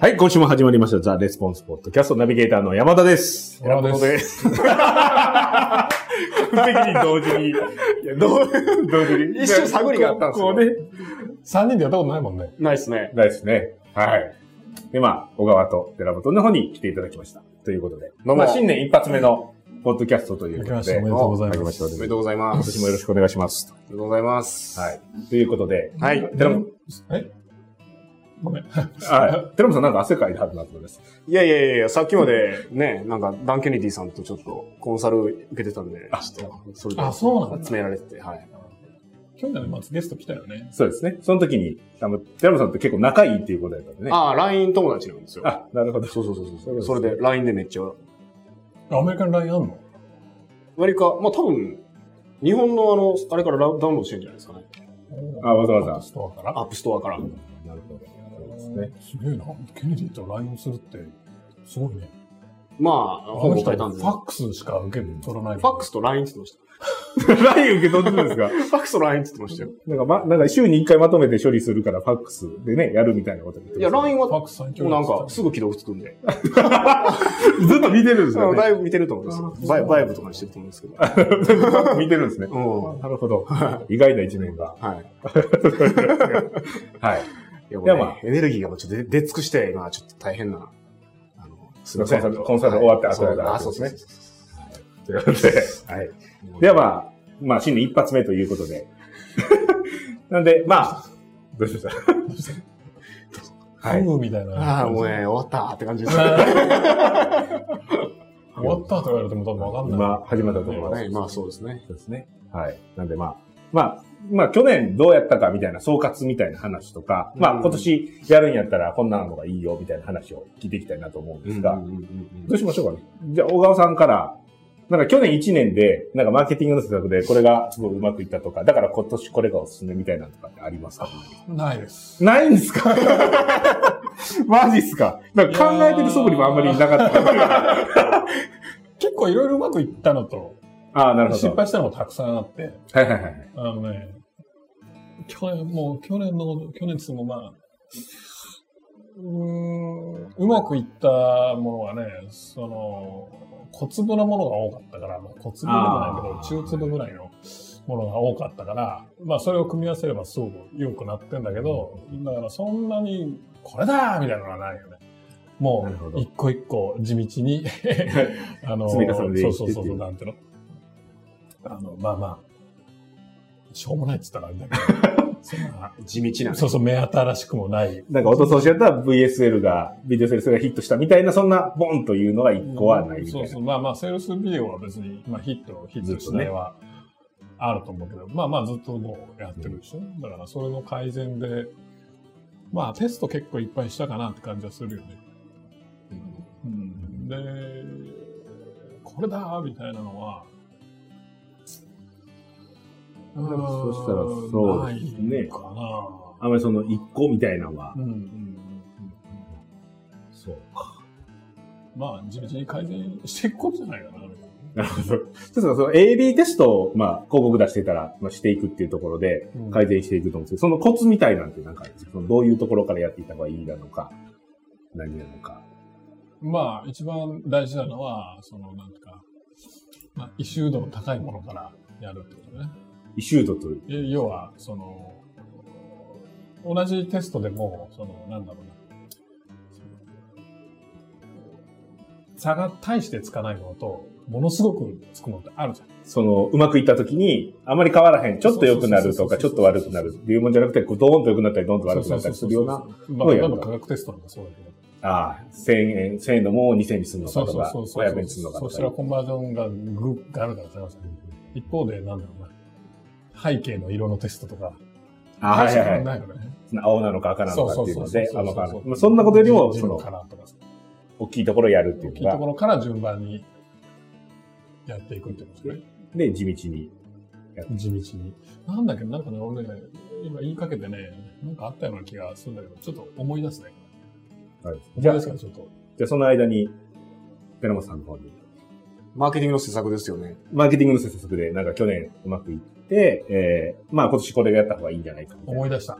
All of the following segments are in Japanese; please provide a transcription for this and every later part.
はい、今週も始まりました。ザ・レスポンスポッドキャストナビゲーターの山田です。。山田です完璧に同時に。いや、同同時に。一瞬探りがあったんですよこうね。 3人でやったことないもんね。ないですね。ないですね。はい。で、まあ、小川と寺本の方に来ていただきました。ということで。どうもまあ、新年一発目のポッドキャストという行こきとで。ました。おめでとうござい明けまましてす。おめでとおめうでとうございま今す。年もよろしくお願いします。おめでとうございます。はい。ということで、はい。寺本、ごめん。はい。寺本さんなんか汗かいたはずだったんです。いやいやいやいや、さっきまでね、なんかダン・ケネディさんとちょっとコンサル受けてたんで、ちょっと、それであ、そうなんだ。集められてて、はい。 去年の末ゲスト来たよね。そうですね。その時に、あの、寺本さんって結構仲いいっていうことだったんでね。ああ、LINE 友達なんですよ。あ、なるほど。そうそうそうそそう。いうことでそすねれで LINE でめっちゃ、アメリカンラインあんの割りか、まあ多分、日本のあの、あれからダウンロードしてるんじゃないですかね。あ、わざわざ。ストアからアップストアから。なるほど。そうですね。すげえな。ケネディとラインするって、すごいね。まあ、ほぼ変えたんですフファァックスしか受け取らない。ファックスと LINE って言ってまライン受け取ってるんですが。した。ファックスと LINE って言ってましたよ。なんか、ま、なんか週に1回まとめて処理するから、ファックスでね、やるみたいなこと言っていまや、すね LINE はファもックス最強うなんかすぐ起動つくんで。ずっと見てるんですあのよだね。いぶ見てると思うんですよバイバイブとかにしてると思うんですけど。見てるんですね。うん。なるほど。意外な一面が。はい。はい。いや、いもうやねまあエネルギーがもうちょっと出出尽くして、今ちょっと大変な。あの、すいませんコンサルコンサル終わってはい後だそうあ、そうですね。ということで、はい。ではまあ、まあ、新年一発目ということ で。なんで、まあ、どうしましたはい。フーみたいな。ああ、もうね、終わったって感じですね。 終わったと言われても多分わかんない。今、始まったところはい、まあそうですね。そうですね。はい。なんでまあ、まあ、まあ去年どうやったかみたいな総括みたいな話とか、まうあん今年やるんやったらこんなのがいいよみたいな話を聞いていきたいなと思うんですが、うんうんうんどうしましょうかね。じゃあ小川さんから、なんか去年1年で、なんかマーケティングの施策でこれがすごいうまくいったとか、だから今年これがおすすめみたいなのとかってありますかないです。ないんですか マジっすかなんか考えてる素振りもあんまりなか った。結構いろいろうまくいったのと、ああ、なるほ失ど。敗したのもたくさんあって、はいはいはい。あのね、去年、もう去年の、去年っつってもまあ、うーん、うまくいったものはね、その、小粒のものが多かったから、まあ、小粒でもないあーけど、中粒ぐらいのものが多かったから、まあそれを組み合わせればすごく良くなってんだけど、だからそんなに、これだーみたいなのはないよね。もなるほどう、一個一個地道に、あの、積み重ねていってっていうそうそうそうそう、なんていうの。あの、まあまあ、しょうもないって言ったらあれだけど、 そんな、地道なね。そうそう、目新しくもない。なんか、おととしやったら VSL が、ビデオセールスがヒットしたみたいな、そんな、ボンというのが一個はないみたいそうな。そう、まあまあ、セールスビデオは別に、まあヒット、ヒットしないはあると思うけど、まあまあずっともうやってるでしょ。だから、それの改善で、まあテスト結構いっぱいしたかなって感じはするよね。うんで、これだーみたいなのは、うもーんそしたらそうですねないかな。あんまりその一個みたいなのは。うんうんうんそうか。まあ、地道に改善していくことじゃないかなな。るほど。そうそう、その AB テストを、まあ、広告出してたら、まあ、していくっていうところで、うん改善していくと思うんですけど、そのコツみたいなんて、なんかあるんですか、そのどういうところからやっていった方がいいなのか、何なのか。まあ、一番大事なのは、その、なんていうか、まあ、異臭度の高いものからやるってことね。イシュートという。え要は、その、同じテストでも、その、なんだろうな。差が大してつかないものと、ものすごくつくものってあるじゃん。その、うまくいった時に、あまり変わらへん。ちょっと良くなるとか、ちょっと悪くなるっていうもんじゃなくて、こう、ドーンと良くなったり、ドーンと悪くなったりするような。まあ、例えば科学テストなんかそうだけど。ああ、1000円、1000円のも2000円にするのかそうとそうか、そうそう。 500円にするのかとそか。したらコンバージョンがグッがあるからさ、一方で、なんだろうな。背景の色のテストとか。あはい確かはいにはい。ないよね。青なのか赤なのそうかそっうていうそのうそうで、甘かまあそんなことよりも、その、カラーとかさ大きいところをやるってい大うきいとのこが、ろから順番にやっていくってことですね。で、地道に。地道に。なんだけど、なんかね、俺ね、今言いかけてね、なんかあったような気がするんだけど、ちょっと思い出すね。はいじ思ゃいあ、出すじかゃらちょっと。あその間に、寺本さんの方に、マーケティングの施策ですよね。マーケティングの施策で、なんか去年うまくいって、えー、まあ今年これがやった方がいいんじゃないかみたいな。思い出した。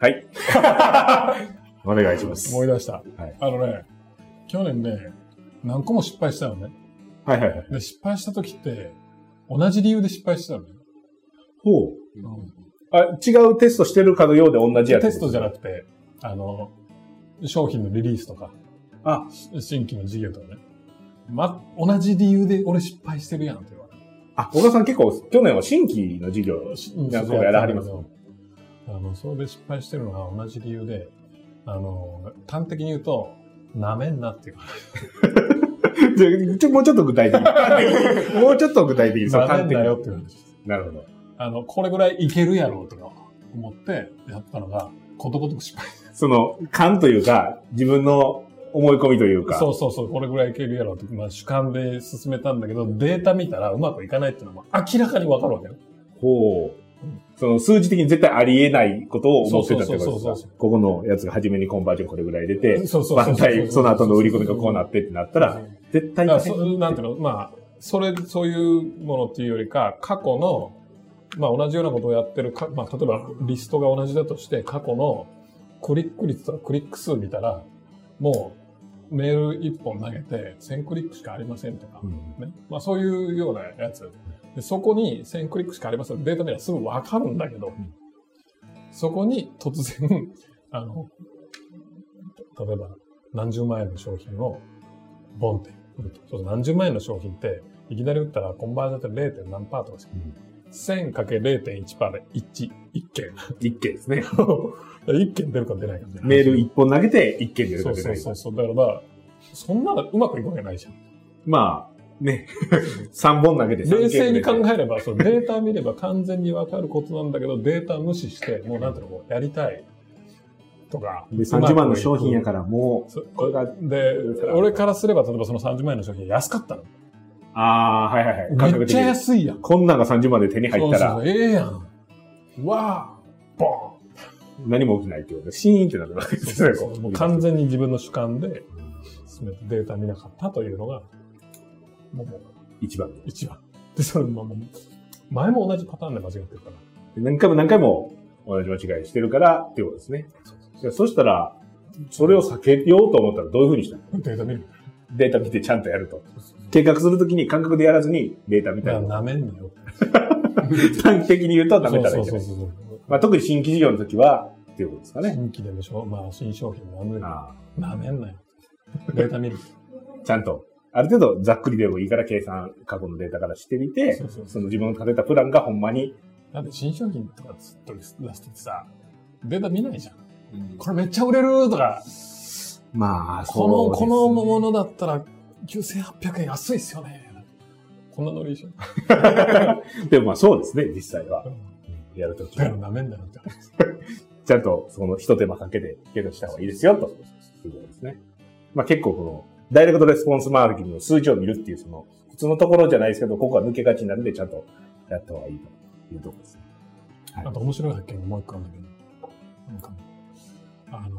はい。 お願いします。思い出した。はいあのね、去年ね、何個も失敗したのね。はいはいはい。で、失敗した時って、同じ理由で失敗したのよ。ほう。うんあ、違うテストしてるかのようで同じやつ。テストじゃなくて、あの、商品のリリースとか、あし新規の事業とかね。ま、同じ理由で俺失敗してるやんって言われあ、小川さん結構、去年は新規の事業をる。ししいやそうやらはります。あの、それで失敗してるのは同じ理由で、あの、端的に言うと、舐めんなっていうか。でちょもうちょっと具体的 に。もうちょっと具体的に。その舐め端ん的になよっていう話。なるほど。あの、これぐらいいけるやろうとか思ってやったのが、ことごとく失敗その、感というか、自分の思い込みというか。そうそうそう、これぐらいいけるやろうって、まあ主観で進めたんだけど、データ見たらうまくいかないっていうのはまあ明らかにわかるわけよ。ほう。その数字的に絶対ありえないことを思ってたってこそうそうとそうですそうかここのやつが初めにコンバージョンこれぐらい出て、そうそう万歳、その後の売り込みがこうなってってなったら、絶対だにからそなんていうの、まあ、それ、そういうものっていうよりか、過去の、まあ同じようなことをやってるか、まあ例えばリストが同じだとして、過去のクリック率とかクリック数見たら、もうメール1本投げて1000クリックしかありませんとか、うんね。まあそういうようなやつ。でそこに1000クリックしかありません。データ見ればすぐわかるんだけど、んそこに突然、 あの、例えば何十万円の商品をボンって売ると。そう何十万円の商品って、いきなり売ったらコンバージョンって 0. 何パーとかしか。1000かけ0.1パーで1、1件。 一件ですね。 1件出るか出ないかみたいなメール一本投げて一件出るそかう出そなういそかう。そう。だからまあ、そんなのうまくいくわけないじゃん。まあ、ね、 三本投げて三件冷静に出て考えれば、そのデータ見れば完全にわかることなんだけど、データ無視して、もうなんていうの、もうやりたいとか。で、30万の商品やからもそうう、これが、で、俺からすれば、例えばその30万円の商品安かったの。ああ、はいはいはい。感め覚っ的ちゃに。安いやん。こんなんが30万で手に入ったそうそらう、ええやん。うわあ、ボ何も起きないってことで、シーンってなるわけでーンすね。こうもう完全に自分の主観で進めてデータ見なかったというのが、もうもう一番。一番。で、それももう、前も同じパターンで間違ってるから。何回も何回も同じ間違いしてるからっていうことですね。じゃあそしたら、それを避けようと思ったらどういうふうにしたのデータ見る。データ見てちゃんとやると。計画するときに感覚でやらずにデータ見ただからり、舐めんなよ。短期的に言うとダメたらいいんじゃそうないそうそうそう。まあ特に新規事業の時は、っていうことですかね。新規でもしょ、まあ、新商品なんで、あなめんなよ。デー タ見る。あちゃんと、ある程度ざっくりでもいいから計算、過去のデータからしてみて、そうそうその自分の立てたプランがほんまに、だって新商品とかずっと出しててさ、データ見ないじゃん。これめっちゃ売れるとか、まあ、この、このものだったら9800円安いっすよね。こんなノリでしょ。の。でもまあそうですね、実際は。やるときだからは。なめんなよって話。ちゃんと、その、一手間かけて、けどした方がいいですよ、と。いうことですね。まあ結構この、ダイレクトレスポンスマーケティングの数字を見るっていう、その、普通のところじゃないですけど、ここは抜けがちになるんで、ちゃんとやった方がいいというところですね。あと面白い発見がもう一個あるんだけど、なんかね、あのー、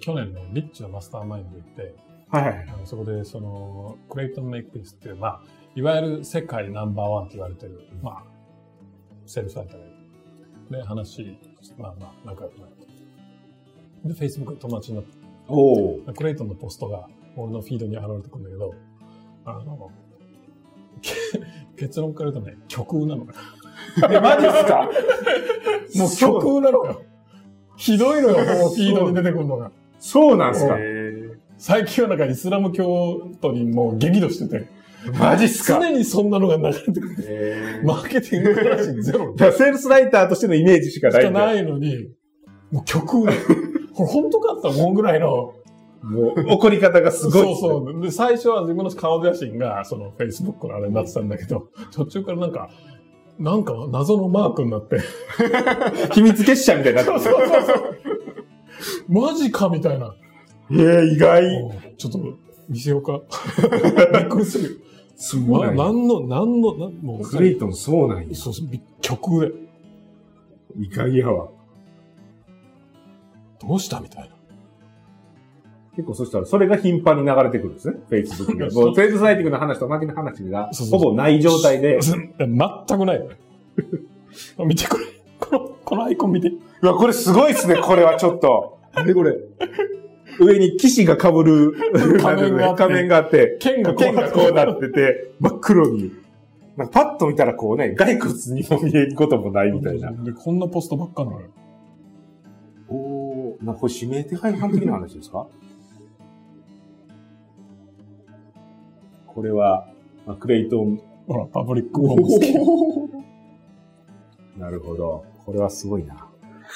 去年ね、リッチのマスターマインド行って、はいはいはい。あのそこで、その、クレイトン・メイクピースっていう、まあ、いわゆる世界ナンバーワンと言われてる、まあ、セールスサイトがいる。で、話、まあまあ、仲良くなって。で、Facebook で友達になっおお。た。クレイトンのポストが、俺のフィードに現れてくるんだけど、あの、け 結論から言うとね、極右なのよ。 え、マジっすかもう極右なのよ。ひどいのよ、もうフィードに出てくるのが。そうなんすか最近はなんかイスラム教徒にもう激怒してて、マジっすか常にそんなのが流れてくる。マーケティングクラシゼロじゃあセールスライターとしてのイメージしかないしかんだよないのに、もう曲、これ本当かったもんぐらいの。もう、怒り方がすごいっすね。そうそう。で、最初は自分の顔写真が、その Facebook のあれになってたんだけど、途中からなんか、なんか謎のマークになって、秘密結社みたいになってる。マジかみたいな。えー、意外。おうちょっと見せようか。びっくりす るすよ。ななんの、なんの、なんもう、クレイトンそうなんや。そうそう、び曲で、意外やわ。どうしたみたいな。結構そしたら、それが頻繁に流れてくるんですね。Facebook には。もう、フェイスサイティングの話と負けの話が、そうそほうぼない状態で。全くない。 見てこれ。この、このアイコン見て。うわ、これすごいっすね、これはちょっと。何これ。上に騎士が被る仮面があって仮面があって、剣がこ剣うながるこうなってて、真っ黒に。なんかパッと見たらこうね、骸骨にも見えることもないみたいな。で、こんなポストばっかなのよ。おー、なんかこれ指名手配犯的な話ですかこれは、まあクレイトン。ほら、パブリックボム好き。なるほど。これはすごいな。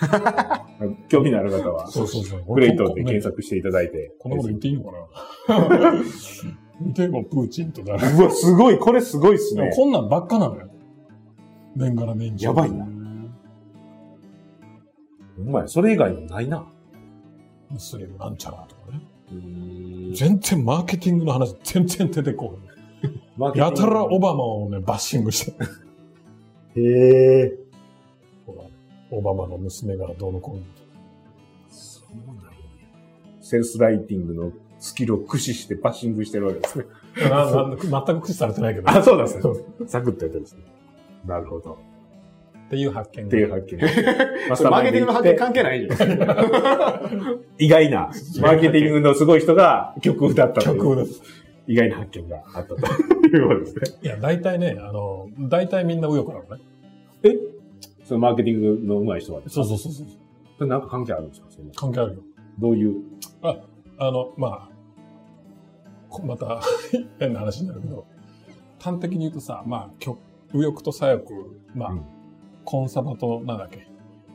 興味のある方は、そうそうそう。クレイトンで検索。索していただいて。こんなこと言っていいのかな見てもプーチンとか。うわ、すごい、これすごいっすでもね。こんなんばっかなのよ。年がら年中。やばいな。お前、それ以外にもないな。ムスリムなんちゃらとかね。うん全然マーケティングの話全然出てこない。やたらオバマをね、バッシングして。へえ。ほらオバマの娘がどうのこうの。そうなんや。セルスライティングのスキルを駆使してバッシングしてるわけですね。なな全く駆使されてないけど。あ、そうなんですそねう。サクッとやったんですね。なるほど。っていう発見っていうが。発見。それマーケティングの発見関係ないよ。意外な、マーケティングのすごい人が曲だったという曲を出す意外な発見があったと いうことですね。いや、大体ね、あの、大体みんな右翼なのね。そのマーケティングの上手い人はですそうそうそうそう。それなんか関係あるんですかその関係あるよ。どういう。あの、まあ、こまた 変な話になるけど、端的に言うとさ、まあ、極右翼と左翼、まあ、うんコンサバと、なんだっけ、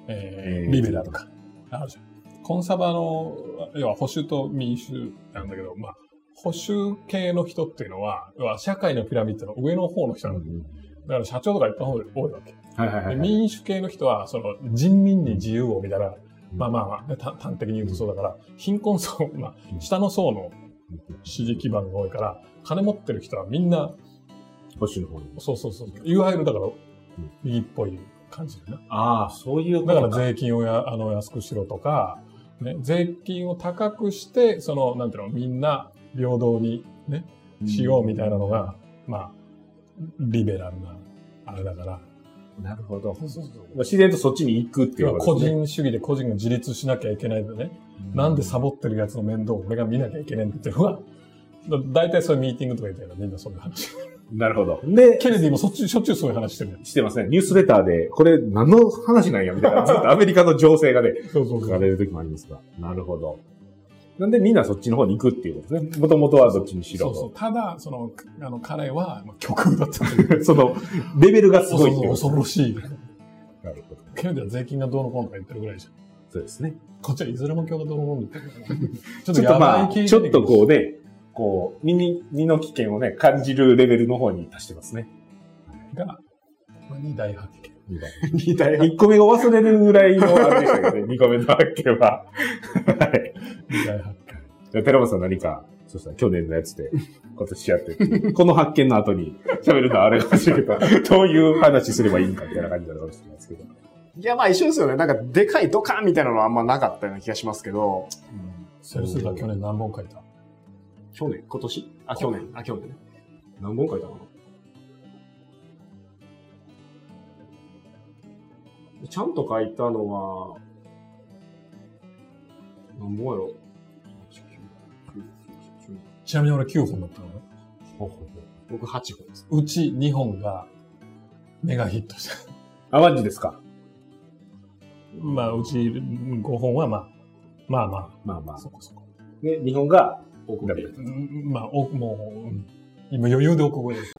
えーえーリベラルか。あるじゃん。コンサバの、要は保守と民主なんだけど、まあ、保守系の人っていうのは、要は社会のピラミッドの上の方の人なの。だから社長とかいっぱい多いわけ。はいはいはでいはい。民主系の人は、その、人民に自由をみたいな、まあまあまあね、た端的に言うとそうだから、貧困層、 まあ、下の層の支持基盤が多いから、金持ってる人はみんな、星の方に。そうそうそう、いわゆるだから、右っぽい感じだな。ああ、そういうだから税金をやあの安くしろとか、ね、税金を高くして、その、なんていうの、みんな平等にね、しようみたいなのが、まあ、リベラルな、あれだから、なるほど。そうそうそう。自然とそっちに行くっていうこ要はと個ですね。人主義で個人が自立しなきゃいけないでね、なんでサボってるやつの面倒を俺が見なきゃいけないんだっていうのは、だ大体そういうミーティングとか言ったらみんなそういう 話。なるほど。で、ケネディもそっち、しょっちゅうそういう話してるよ。してますね。ニュースレターで、これ何の話なんやみたい な、ずっとアメリカの情勢がね、そうそ書かれる時もありますが。なるほど。なんでみんなそっちの方に行くっていうことですね。もともとはどっちにしそろうと。ただ、その、あの、彼は、まあ、極右だったという。 その、レベルがすごいっていうことです恐ねろしい。なるほど。ケネディは税金がどうのこうのとか言ってるぐらいじゃん。そうですね。こっちはいずれも教がどうのこうのって言ってるから。 ちょちょっとまあ、系ちょっとこうね、こう、身に、身の危険をね、感じるレベルの方に達してますね。 が、まあ、二大発見。みたいな二体一個目が忘れるぐらいのあれでしたけどね、二 個目の発見は。はい。二大発じゃあ、寺本さん何か、そうしたら去年のやつで、今年やってて、この発見の後に喋るのはあれかもしれないどういう話すればいいんかみたいな感じになるかもしれないですけど。 いや、まあ一緒ですよね。なんか、でかいドカンみたいなのはあんまなかったような気がしますけど。見。セルスが去年何本書いた去年今年あ、去年。あ、去年ね。何本書いたかなちゃんと書いたのは、何本やろちなみに俺9本だったのね。僕8本です。うち2本がメガヒットした。あ、マジですかまあ、うち5本はまあ、まあままあまあ、あ。そこそこ。ね、日本が、僕ダメだうんまあ、おもう、うん今余裕で億超えです。